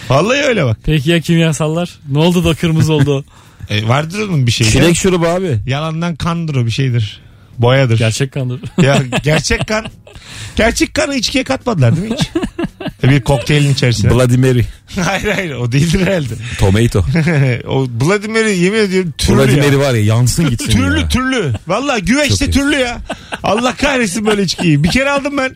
Speaker 2: Vallahi öyle bak.
Speaker 3: Peki ya kimyasallar? Ne oldu da kırmızı oldu?
Speaker 2: E, vardır onun bir şeyi. ya.
Speaker 4: Çilek şurubu abi.
Speaker 2: Yalandan kandır o bir şeydir. Boyadır.
Speaker 3: Gerçek kandır.
Speaker 2: Ya gerçek kan. Gerçek kanı içkiye katmadılar değil mi hiç? E, bir kokteylin içerisine.
Speaker 4: Bloody Mary.
Speaker 2: hayır hayır o değildir herhalde.
Speaker 4: Tomato.
Speaker 2: o Bloody Mary yemin ediyorum türlü
Speaker 4: Bloody
Speaker 2: ya.
Speaker 4: Mary var ya yansın gitsin
Speaker 2: Türlü
Speaker 4: ya.
Speaker 2: türlü. Valla güveçte
Speaker 4: Çok iyi.
Speaker 2: türlü ya. Allah kahretsin böyle içkiyi. Bir kere aldım ben.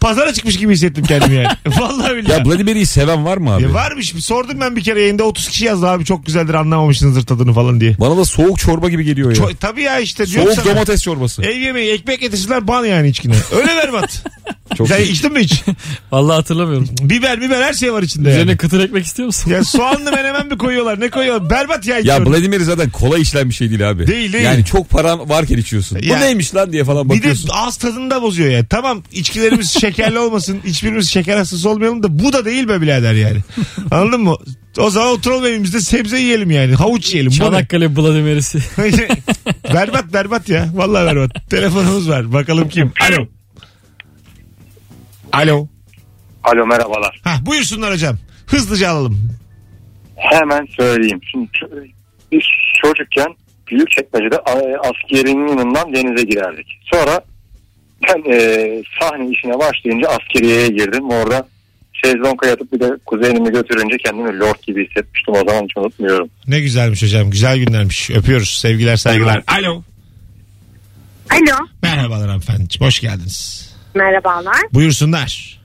Speaker 2: Pazara çıkmış gibi hissettim kendimi yani. Vallahi billahi.
Speaker 4: Ya Bloody Mary'yi seven var mı abi?
Speaker 2: Ya varmış. Sordum ben bir kere yayında 30 kişi yazdı abi çok güzeldir anlamamışsınızdır tadını falan diye.
Speaker 4: Bana da soğuk çorba gibi geliyor ya.
Speaker 2: Ço- E, tabii ya işte diyorum
Speaker 4: soğuk
Speaker 2: sana.
Speaker 4: domates çorbası.
Speaker 2: Ev yemeği ekmek getirsinler ban yani içkine. Öyle berbat.
Speaker 4: Çok
Speaker 2: Sen
Speaker 4: iyi.
Speaker 2: içtin mi hiç?
Speaker 3: Vallahi hatırlamıyorum.
Speaker 2: Biber biber her şey var içinde
Speaker 3: Üzerine
Speaker 2: yani.
Speaker 3: kıtır ekmek istiyor musun?
Speaker 2: Ya soğanlı menemen mi koyuyorlar ne koyuyorlar berbat ya
Speaker 4: Ya
Speaker 2: içiyorum.
Speaker 4: Bloody Mary zaten kolay içilen bir şey değil abi.
Speaker 2: Değil, değil.
Speaker 4: Yani çok paran varken içiyorsun.
Speaker 2: Ya.
Speaker 4: Bu neymiş lan diye falan
Speaker 2: Bir de
Speaker 4: bakıyorsun.
Speaker 2: ağız tadını da bozuyor ya. Tamam içkilerimiz şekerli olmasın. Hiçbirimiz şeker hastası olmayalım da bu da değil be birader yani. Anladın mı? O zaman oturalım evimizde sebze yiyelim yani. Havuç yiyelim. Bu ne?
Speaker 3: Çanakkale Bladimirisi.
Speaker 2: berbat berbat ya. Vallahi berbat. Telefonumuz var. Bakalım kim? Alo. Alo.
Speaker 7: Alo merhabalar.
Speaker 2: Hah, buyursunlar hocam. Hızlıca alalım.
Speaker 7: Hemen söyleyeyim. Şimdi ç- biz çocukken büyük çekmecede askerinin yanından denize girerdik. Sonra ben e, sahne işine başlayınca askeriyeye girdim. Orada şezlonga yatıp bir de kuzenimi götürünce kendimi lord gibi hissetmiştim. O zaman hiç unutmuyorum.
Speaker 2: Ne güzelmiş hocam. Güzel günlermiş. Öpüyoruz. Sevgiler saygılar. Alo.
Speaker 9: Alo.
Speaker 2: Merhabalar hanımefendiciğim. Hoş geldiniz.
Speaker 9: Merhabalar.
Speaker 2: Buyursunlar.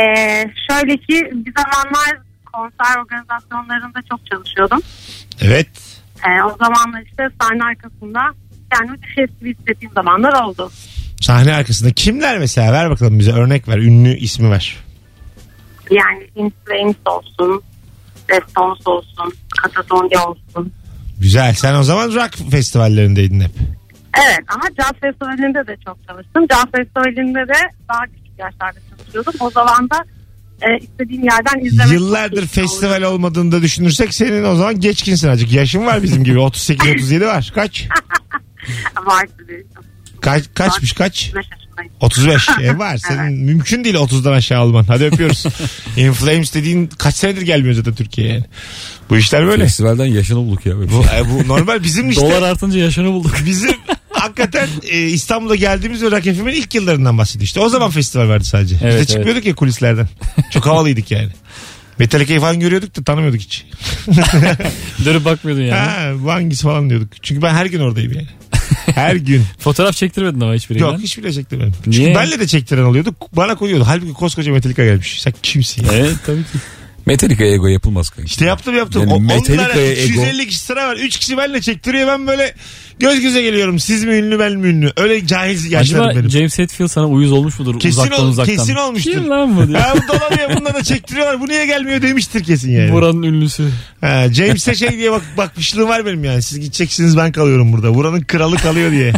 Speaker 9: Ee, şöyle ki bir zamanlar konser organizasyonlarında çok çalışıyordum.
Speaker 2: Evet.
Speaker 9: Ee, o zamanlar işte sahne arkasında kendimi düşes gibi hissettiğim zamanlar oldu.
Speaker 2: Sahne arkasında kimler mesela? Ver bakalım bize örnek ver. Ünlü ismi ver.
Speaker 9: Yani Inflames olsun, Deftones olsun, Katatonya olsun.
Speaker 2: Güzel. Sen o zaman rock festivallerindeydin hep.
Speaker 9: Evet ama caz festivalinde de çok çalıştım. Caz festivalinde de daha küçük yaşlarda çalışıyordum. O zaman da e, istediğim yerden izlemek.
Speaker 2: Yıllardır festival olmadığını da düşünürsek senin o zaman geçkinsin azıcık. Yaşın var bizim gibi. 38-37 var. Kaç?
Speaker 9: Var tabii.
Speaker 2: Kaç kaçmış kaç?
Speaker 9: 35
Speaker 2: 35.
Speaker 9: yaşındayım.
Speaker 2: E var. Senin mümkün değil 30'dan aşağı alman. Hadi öpüyoruz. In Flames dediğin kaç senedir gelmiyor zaten Türkiye'ye yani. Bu işler böyle.
Speaker 4: Festivalden yaşını bulduk ya. Böyle. şey.
Speaker 2: Bu, e, bu normal bizim işte.
Speaker 3: Dolar artınca yaşını bulduk.
Speaker 2: Bizim hakikaten e, İstanbul'a geldiğimiz ve rakefimin ilk yıllarından bahsediyor işte. O zaman festival vardı sadece. Biz de
Speaker 3: evet.
Speaker 2: çıkmıyorduk ya kulislerden. Çok havalıydık yani. Metallica'yı falan görüyorduk da tanımıyorduk hiç.
Speaker 3: Dönüp bakmıyordun yani.
Speaker 2: Ha, bu hangisi falan diyorduk. Çünkü ben her gün oradayım yani. Her gün.
Speaker 3: Fotoğraf çektirmedin ama hiçbiriyle.
Speaker 2: Yok hiç bile çektirmedim. Çünkü
Speaker 3: Niye?
Speaker 2: benle de çektiren oluyordu. Bana koyuyordu. Halbuki koskoca Metallica gelmiş. Sen kimsin ya?
Speaker 3: Evet E, tabii ki.
Speaker 4: Metallica ego yapılmaz kanka.
Speaker 2: İşte yaptım yaptım.
Speaker 4: Yani
Speaker 2: O- Onlara
Speaker 4: Metallica'ya ego-
Speaker 2: 250 kişi sıra var. 3 kişi benle çektiriyor. Ben böyle göz göze geliyorum. Siz mi ünlü ben mi ünlü? Öyle cahil yaşlarım
Speaker 3: Acaba
Speaker 2: benim.
Speaker 3: James Hetfield sana uyuz olmuş mudur
Speaker 2: Kesin
Speaker 3: uzaktan
Speaker 2: ol-
Speaker 3: uzaktan?
Speaker 2: kesin olmuştur.
Speaker 3: Kim lan bu diye.
Speaker 2: Ya bu dolanıyor bununla da çektiriyorlar. Bu niye gelmiyor demiştir kesin yani.
Speaker 3: Buranın ünlüsü.
Speaker 2: Ha, James'e şey diye bak, bakmışlığım var benim yani. Siz gideceksiniz ben kalıyorum burada. Buranın kralı kalıyor diye.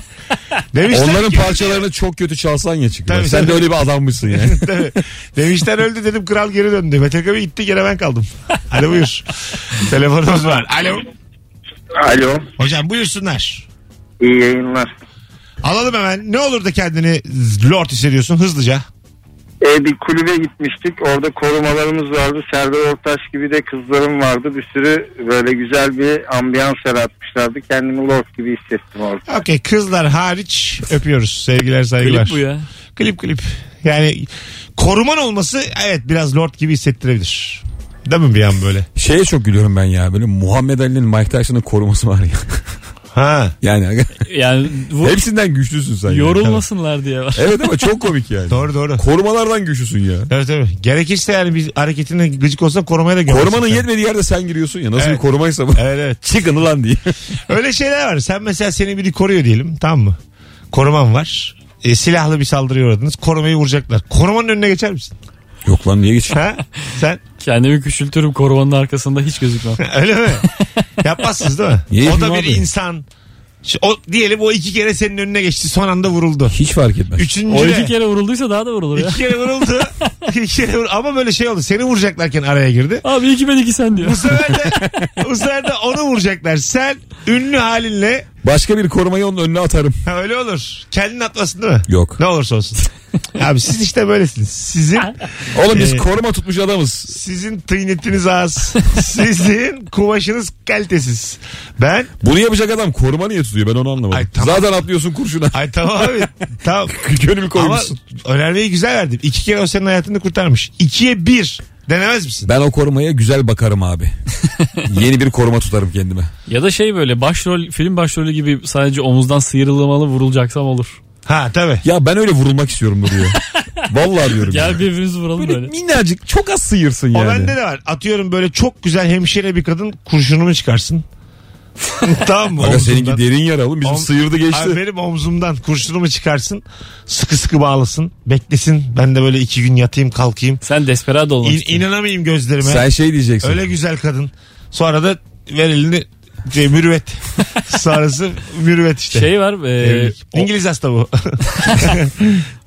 Speaker 2: Demişler
Speaker 4: Onların
Speaker 2: ki-
Speaker 4: parçalarını çok kötü çalsan ya çıkıyor.
Speaker 2: Tabii,
Speaker 4: Sen
Speaker 2: tabii.
Speaker 4: de öyle bir adammışsın yani.
Speaker 2: Tabii. Demişler öldü dedim kral geri döndü. Metallica bir gitti gene ben kaldım. Hadi buyur. Telefonumuz var. Alo.
Speaker 7: Alo.
Speaker 2: Hocam buyursunlar.
Speaker 7: İyi yayınlar.
Speaker 2: Alalım hemen. Ne olur da kendini lord hissediyorsun hızlıca.
Speaker 7: E, bir kulübe gitmiştik. Orada korumalarımız vardı. Serdar Ortaç gibi de kızlarım vardı. Bir sürü böyle güzel bir ambiyans yaratmışlardı. Kendimi lord gibi hissettim orada.
Speaker 2: Okey kızlar hariç öpüyoruz. Sevgiler saygılar.
Speaker 3: Klip bu ya.
Speaker 2: Klip klip. Yani koruman olması evet biraz lord gibi hissettirebilir. Değil mi bir an böyle?
Speaker 4: Şeye çok gülüyorum ben ya. Böyle Muhammed Ali'nin Mike Tyson'ın koruması var ya.
Speaker 2: Ha.
Speaker 4: Yani
Speaker 3: Yani bu
Speaker 4: hepsinden güçlüsün sen. ya.
Speaker 3: yorulmasınlar diye var.
Speaker 4: Evet ama çok komik yani.
Speaker 2: Doğru doğru.
Speaker 4: Korumalardan güçlüsün ya.
Speaker 2: Evet tabii. Gerekirse yani bir hareketine gıcık olsa korumaya da gömersin.
Speaker 4: Korumanın
Speaker 2: sen.
Speaker 4: yetmediği yerde sen giriyorsun ya. Nasıl
Speaker 2: Evet.
Speaker 4: bir korumaysa bu.
Speaker 2: Evet evet.
Speaker 4: Çıkın lan diye.
Speaker 2: Öyle şeyler var. Sen mesela seni biri koruyor diyelim tamam mı? Koruman var. E, silahlı bir saldırıya uğradınız. Korumayı vuracaklar. Korumanın önüne geçer misin?
Speaker 4: Yok lan niye geç?
Speaker 2: Ha? Sen
Speaker 3: Kendimi küçültürüm korumanın arkasında hiç gözükmem.
Speaker 2: öyle mi? Yapmazsınız değil mi?
Speaker 4: Niye
Speaker 2: o da bir
Speaker 4: yapayım abi?
Speaker 2: insan. Şu- O, diyelim o iki kere senin önüne geçti. Son anda vuruldu.
Speaker 4: Hiç fark etmez.
Speaker 2: Üçüncü
Speaker 3: o
Speaker 2: de-
Speaker 3: iki kere vurulduysa daha da vurulur ya.
Speaker 2: İki kere vuruldu. iki kere vur- Ama böyle şey oldu. Seni vuracaklarken araya girdi.
Speaker 3: Abi iki ben iki sen
Speaker 2: Bu
Speaker 3: diyor.
Speaker 2: sefer de, bu sefer de onu vuracaklar. Sen ünlü halinle
Speaker 4: Başka bir korumayı onun önüne atarım.
Speaker 2: ha, öyle olur. Kendin atlasın değil mi?
Speaker 4: Yok.
Speaker 2: Ne olursa olsun. Abi siz işte böylesiniz. Sizin
Speaker 4: Oğlum biz
Speaker 2: Ee,
Speaker 4: koruma tutmuş adamız.
Speaker 2: sizin tıynetiniz az. Sizin kumaşınız kalitesiz. Ben
Speaker 4: Bunu yapacak adam koruma niye tutuyor ben onu anlamadım.
Speaker 2: Ay, tamam.
Speaker 4: Zaten atlıyorsun kurşuna.
Speaker 2: ay tamam abi. Tamam.
Speaker 4: Gönül
Speaker 2: Ama
Speaker 4: koymuşsun.
Speaker 2: önermeyi güzel verdim. İki kere o senin hayatını kurtarmış. İkiye bir. Denemez misin?
Speaker 4: Ben o korumaya güzel bakarım abi. Yeni bir koruma tutarım kendime.
Speaker 3: Ya da şey böyle başrol film başrolü gibi sadece omuzdan sıyrılmalı vurulacaksam olur.
Speaker 2: Ha tabii.
Speaker 4: Ya ben öyle vurulmak istiyorum duruyor. Vallahi diyorum. ya.
Speaker 3: Gel birbirimizi vuralım
Speaker 4: Böyle
Speaker 3: böyle.
Speaker 4: minnacık çok az sıyırsın
Speaker 2: O
Speaker 4: yani.
Speaker 2: bende de var. Atıyorum böyle çok güzel hemşire bir kadın kurşunumu çıkarsın. tamam mı?
Speaker 4: Aga
Speaker 2: Omzumdan.
Speaker 4: seninki derin yara oğlum. Bizim
Speaker 2: Om-
Speaker 4: sıyırdı geçti.
Speaker 2: Abi benim omzumdan kurşunumu çıkarsın. Sıkı sıkı bağlasın. Beklesin. Ben de böyle iki gün yatayım kalkayım.
Speaker 3: Sen desperado olmak
Speaker 2: İn,
Speaker 3: istiyorsun.
Speaker 2: inanamayayım gözlerime.
Speaker 4: Sen şey diyeceksin.
Speaker 2: Öyle güzel kadın. Sonra da ver elini şey, mürüvvet. Sonrası mürüvvet işte.
Speaker 3: Şey var e,
Speaker 2: Evlilik. İngiliz hasta bu.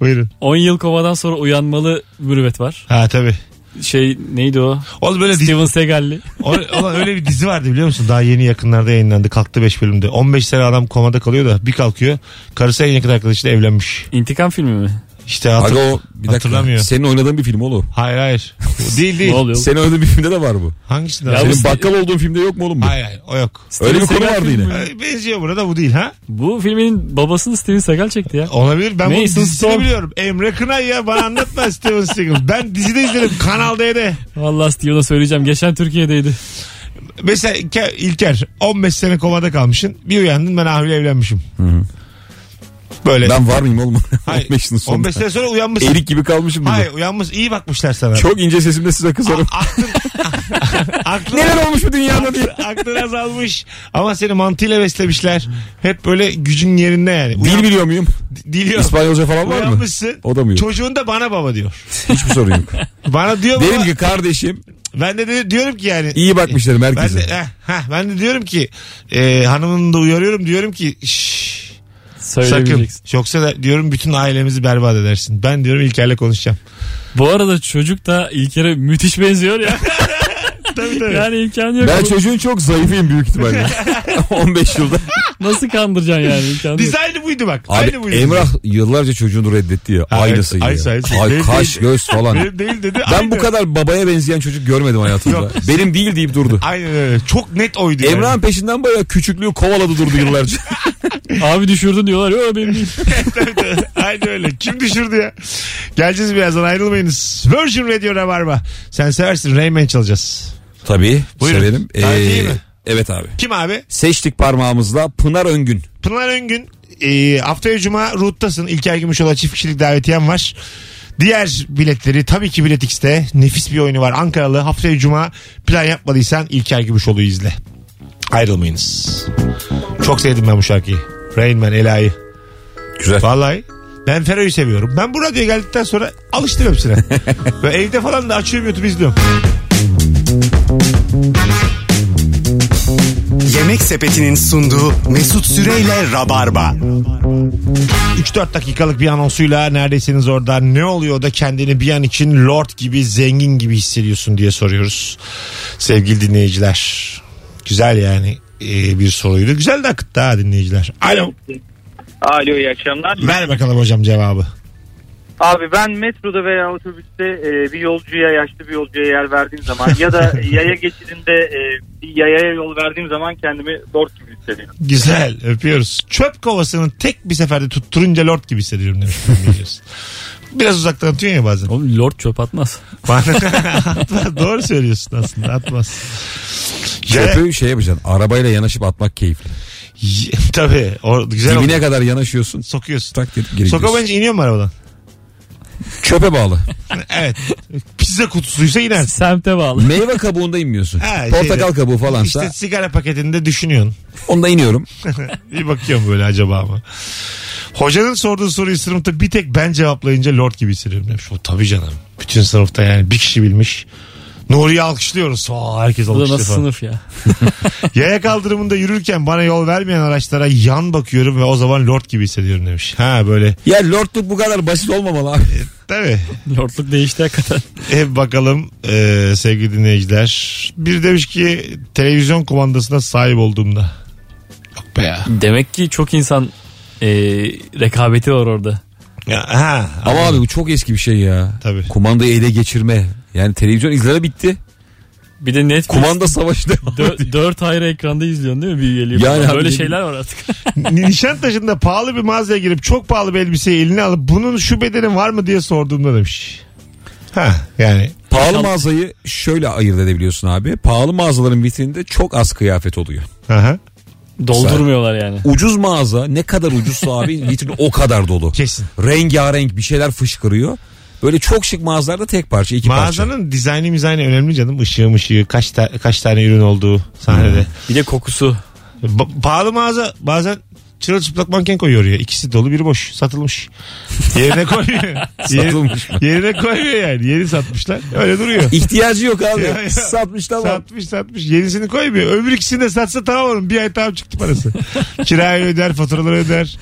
Speaker 2: Buyurun.
Speaker 3: 10 yıl kovadan sonra uyanmalı mürüvvet var.
Speaker 2: Ha tabii.
Speaker 3: Şey neydi o?
Speaker 2: Oğlum böyle dizi,
Speaker 3: Steven Seagal'li.
Speaker 2: o- olan öyle bir dizi vardı biliyor musun? Daha yeni yakınlarda yayınlandı. Kalktı 5 bölümde. 15 sene adam komada kalıyor da bir kalkıyor. Karısı en yakın arkadaşıyla evlenmiş.
Speaker 3: İntikam filmi mi?
Speaker 2: İşte
Speaker 4: Aga
Speaker 2: hatır-
Speaker 4: o bir dakika.
Speaker 2: hatırlamıyor.
Speaker 4: Senin oynadığın bir film oğlum.
Speaker 2: Hayır hayır. değil
Speaker 3: Ne
Speaker 2: değil.
Speaker 3: oluyor?
Speaker 4: Senin oynadığın bir filmde de var bu.
Speaker 2: Hangisinde?
Speaker 3: Ya
Speaker 2: var?
Speaker 3: bu-
Speaker 4: Senin bakkal olduğun filmde yok mu oğlum bu?
Speaker 2: Hayır hayır o yok.
Speaker 4: Öyle bir konu
Speaker 3: Steven
Speaker 4: vardı
Speaker 3: Seagal
Speaker 4: yine.
Speaker 3: filmi.
Speaker 2: Ee, Benziyor buna da bu değil ha?
Speaker 3: Bu filmin babasını Steven Seagal çekti ya.
Speaker 2: Olabilir. Ben bunun
Speaker 3: Mason
Speaker 2: dizisini
Speaker 3: Storm.
Speaker 2: biliyorum. Emre Kınay ya bana anlatma Steven Seagal. Ben dizide izlerim Kanal D'de.
Speaker 3: Vallahi Steven'a söyleyeceğim. Geçen Türkiye'deydi.
Speaker 2: Mesela İlker- İlker 15 sene komada kalmışsın. Bir uyandın ben Ahmet'le evlenmişim. Böyle.
Speaker 4: Ben var mıyım oğlum?
Speaker 2: Hayır,
Speaker 4: 15 yıl sonra.
Speaker 2: 15 sene sonra uyanmışsın.
Speaker 4: Erik gibi kalmışım. dedi.
Speaker 2: Hayır uyanmış iyi bakmışlar sana.
Speaker 4: Çok ince sesimde size kızarım.
Speaker 2: Aklın, aklın,
Speaker 4: Neler olmuş bu dünyada diye.
Speaker 2: aklın azalmış ama seni mantığıyla beslemişler. Hep böyle gücün yerinde yani.
Speaker 4: Dil biliyor muyum?
Speaker 2: diliyor.
Speaker 4: İspanyolca falan var mı?
Speaker 2: Uyanmışsın.
Speaker 4: O da mı yok?
Speaker 2: Çocuğun da bana baba diyor.
Speaker 4: Hiçbir sorun yok.
Speaker 2: Bana diyor baba.
Speaker 4: Derim ki kardeşim
Speaker 2: Ben de, de diyorum ki yani.
Speaker 4: iyi bakmışlarım
Speaker 2: Ben de,
Speaker 4: herkese.
Speaker 2: heh, heh, ben de diyorum ki e, hanımını da uyarıyorum diyorum ki "Şşş, sakın
Speaker 3: Söylemeyeceksin.
Speaker 2: yoksa da diyorum bütün ailemizi berbat edersin. Ben diyorum İlker'le konuşacağım.
Speaker 3: Bu arada çocuk da İlker'e müthiş benziyor ya.
Speaker 2: tabii tabii.
Speaker 3: yani imkan yok.
Speaker 4: Ben
Speaker 3: Bu-
Speaker 4: çocuğun çok zayıfıyım büyük ihtimalle. 15 yılda.
Speaker 3: Nasıl kandıracaksın yani imkan yok.
Speaker 2: Dizi aynı buydu bak. aynı buydu.
Speaker 4: Abi Emrah yıllarca çocuğunu reddetti ya.
Speaker 2: Ha,
Speaker 4: Aynısı
Speaker 2: evet,
Speaker 4: ya.
Speaker 2: aynısı, aynısı.
Speaker 4: Ay,
Speaker 2: Benim
Speaker 4: kaş
Speaker 2: değil.
Speaker 4: göz falan.
Speaker 2: Benim değil dedi.
Speaker 4: Ben
Speaker 2: aynı.
Speaker 4: bu kadar babaya benzeyen çocuk görmedim hayatımda.
Speaker 2: Yok.
Speaker 4: Benim değil deyip durdu.
Speaker 2: Aynen öyle. Çok net oydu. yani.
Speaker 4: Emrah'ın peşinden bayağı küçüklüğü kovaladı durdu yıllarca.
Speaker 3: Abi düşürdün diyorlar. Yok benim değil.
Speaker 2: Aynen öyle. Kim düşürdü ya? Geleceğiz birazdan ayrılmayınız. Virgin Radio Rabarba. Sen seversin Rayman çalacağız.
Speaker 4: Tabii.
Speaker 2: Buyurun.
Speaker 4: Severim. Ee,
Speaker 2: Ha, değil mi?
Speaker 4: Evet abi.
Speaker 2: Kim abi?
Speaker 4: Seçtik parmağımızla Pınar Öngün.
Speaker 2: Pınar Öngün. E, haftaya Cuma Root'tasın. İlker Gümüşoğlu'na çift kişilik davetiyem var. Diğer biletleri tabii ki Bilet X'te nefis bir oyunu var. Ankaralı haftaya Cuma plan yapmadıysan İlker Gümüşoğlu'yu izle. Ayrılmayınız. Çok sevdim ben bu şarkıyı. Rain Man, Ela'yı.
Speaker 4: Güzel.
Speaker 2: Vallahi ben Fero'yu seviyorum. Ben bu radyoya geldikten sonra alıştım hepsine. Ve evde falan da açıyorum YouTube izliyorum.
Speaker 1: Yemek Sepeti'nin sunduğu Mesut Süreyle Rabarba.
Speaker 2: 3-4 dakikalık bir anonsuyla neredesiniz orada ne oluyor da kendini bir an için lord gibi zengin gibi hissediyorsun diye soruyoruz. Sevgili dinleyiciler. Güzel yani e, bir soruydu. Güzel de akıttı ha dinleyiciler. Alo.
Speaker 5: Alo iyi akşamlar.
Speaker 2: Ver bakalım hocam cevabı.
Speaker 5: Abi ben metroda veya otobüste e, bir yolcuya yaşlı bir yolcuya yer verdiğim zaman ya da yaya geçidinde e, bir yayaya yol verdiğim zaman kendimi lord gibi hissediyorum.
Speaker 2: Güzel öpüyoruz. Çöp kovasını tek bir seferde tutturunca lord gibi hissediyorum demiş. dinleyicimiz. Biraz uzaktan atıyorsun ya bazen.
Speaker 3: Oğlum Lord çöp atmaz.
Speaker 2: Atmaz. Doğru söylüyorsun aslında atmaz. Ya-
Speaker 4: Çöpü şey yapacaksın. Arabayla yanaşıp atmak keyifli.
Speaker 2: Y- Tabii. O, güzel oldu.
Speaker 4: Dibine kadar yanaşıyorsun.
Speaker 2: Sokuyorsun.
Speaker 4: Tak geri gidiyorsun.
Speaker 2: Sokamayınca iniyor mu arabadan?
Speaker 4: Çöpe bağlı.
Speaker 2: evet. Pizza kutusuysa inersin.
Speaker 3: Semte bağlı.
Speaker 4: Meyve kabuğunda inmiyorsun.
Speaker 2: Ha, şeyde-
Speaker 4: Portakal kabuğu falansa
Speaker 2: İşte sigara paketinde düşünüyorsun.
Speaker 4: onda iniyorum.
Speaker 2: Bir bakıyorum böyle acaba mı? Hocanın sorduğu soruyu sınıfta bir tek ben cevaplayınca lord gibi hissediyorum demiş. O tabii canım. Bütün sınıfta yani bir kişi bilmiş. Nuri'yi alkışlıyoruz. Aa, herkes
Speaker 3: Bu da
Speaker 2: alkışlıyor
Speaker 3: nasıl
Speaker 2: falan.
Speaker 3: sınıf ya?
Speaker 2: Yaya kaldırımında yürürken bana yol vermeyen araçlara yan bakıyorum ve o zaman lord gibi hissediyorum demiş. Ha böyle.
Speaker 4: Ya lordluk bu kadar basit olmamalı abi.
Speaker 2: Tabii.
Speaker 3: Lordluk değişti hakikaten.
Speaker 2: E, bakalım e, sevgili dinleyiciler. Bir demiş ki televizyon kumandasına sahip olduğumda. Yok be ya.
Speaker 3: Demek ki çok insan e, rekabeti var orada.
Speaker 2: Ya, ha,
Speaker 4: Ama abi bu çok eski bir şey ya.
Speaker 2: Tabii.
Speaker 4: Kumandayı ele geçirme. Yani televizyon izlere bitti.
Speaker 3: Bir de Netflix
Speaker 4: Kumanda savaşı devam ediyor.
Speaker 3: 4 ayrı ekranda izliyorsun değil mi? Bir geliyor.
Speaker 4: Yani
Speaker 3: falan.
Speaker 4: abi
Speaker 3: Böyle
Speaker 4: dedim.
Speaker 3: şeyler var artık.
Speaker 2: Nişantaşı'nda pahalı bir mağazaya girip çok pahalı bir elbiseyi eline alıp bunun şu bedeni var mı diye sorduğumda demiş. Ha yani
Speaker 4: Pahalı mağazayı şöyle ayırt edebiliyorsun abi. Pahalı mağazaların vitrininde çok az kıyafet oluyor.
Speaker 2: aha,
Speaker 3: Doldurmuyorlar yani.
Speaker 4: Ucuz mağaza ne kadar ucuzsa abi vitrin o kadar dolu.
Speaker 2: kesin.
Speaker 4: Rengarenk bir şeyler fışkırıyor. Böyle çok şık mağazalarda tek parça iki parça.
Speaker 2: Mağazanın dizaynı mizayını önemli canım. Işığı mışığı kaç, ta- kaç tane ürün olduğu sahnede.
Speaker 3: Bir de kokusu.
Speaker 2: Ba- pahalı mağaza bazen çırılçıplak manken koyuyor ya. İkisi dolu biri boş satılmış. Yerine koyuyor.
Speaker 4: Satılmış mı?
Speaker 2: Yerine koyuyor yani. Yeni satmışlar. Öyle duruyor.
Speaker 4: İhtiyacı yok abi.
Speaker 2: Ya, ya.
Speaker 4: Satmış tamam.
Speaker 2: Satmış satmış. Yenisini koymuyor. Öbür ikisini de satsa tamam oğlum. Bir ay tamam çıktı parası. Kirayı öder, faturaları öder.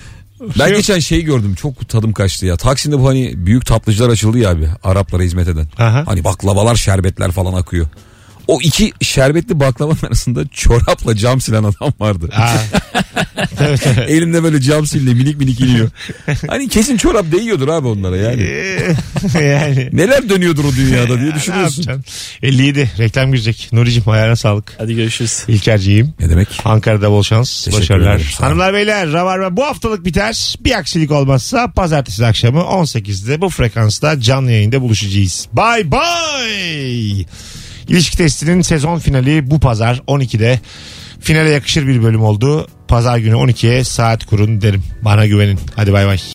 Speaker 4: Ben geçen şey gördüm çok tadım kaçtı ya. Taksim'de bu hani büyük tatlıcılar açıldı ya abi. Araplara hizmet eden.
Speaker 2: Aha.
Speaker 4: Hani baklavalar şerbetler falan akıyor. O iki şerbetli baklavanın arasında çorapla cam silen adam vardı.
Speaker 2: Ha. tabii tabii.
Speaker 4: Elimde böyle cam sildi minik minik iniyor. hani kesin çorap değiyordur abi onlara yani.
Speaker 2: Ee, yani.
Speaker 4: Neler dönüyordur o dünyada diye
Speaker 2: Ne
Speaker 4: düşünüyorsun.
Speaker 2: yapacaksın? 57 reklam girecek. Nuri'cim ayağına sağlık.
Speaker 3: Hadi görüşürüz.
Speaker 2: İlker'ciyim.
Speaker 4: Ne demek?
Speaker 2: Ankara'da bol şans.
Speaker 4: Teşekkür
Speaker 2: Başarılar.
Speaker 4: ederim. Sağ olun.
Speaker 2: Hanımlar beyler Rabarba bu haftalık biter. Bir aksilik olmazsa pazartesi akşamı 18'de bu frekansta canlı yayında buluşacağız. Bay bay. İlişki testinin sezon finali bu pazar 12'de. Finale yakışır bir bölüm oldu. Pazar günü 12'ye saat kurun derim. Bana güvenin. Hadi bay bay.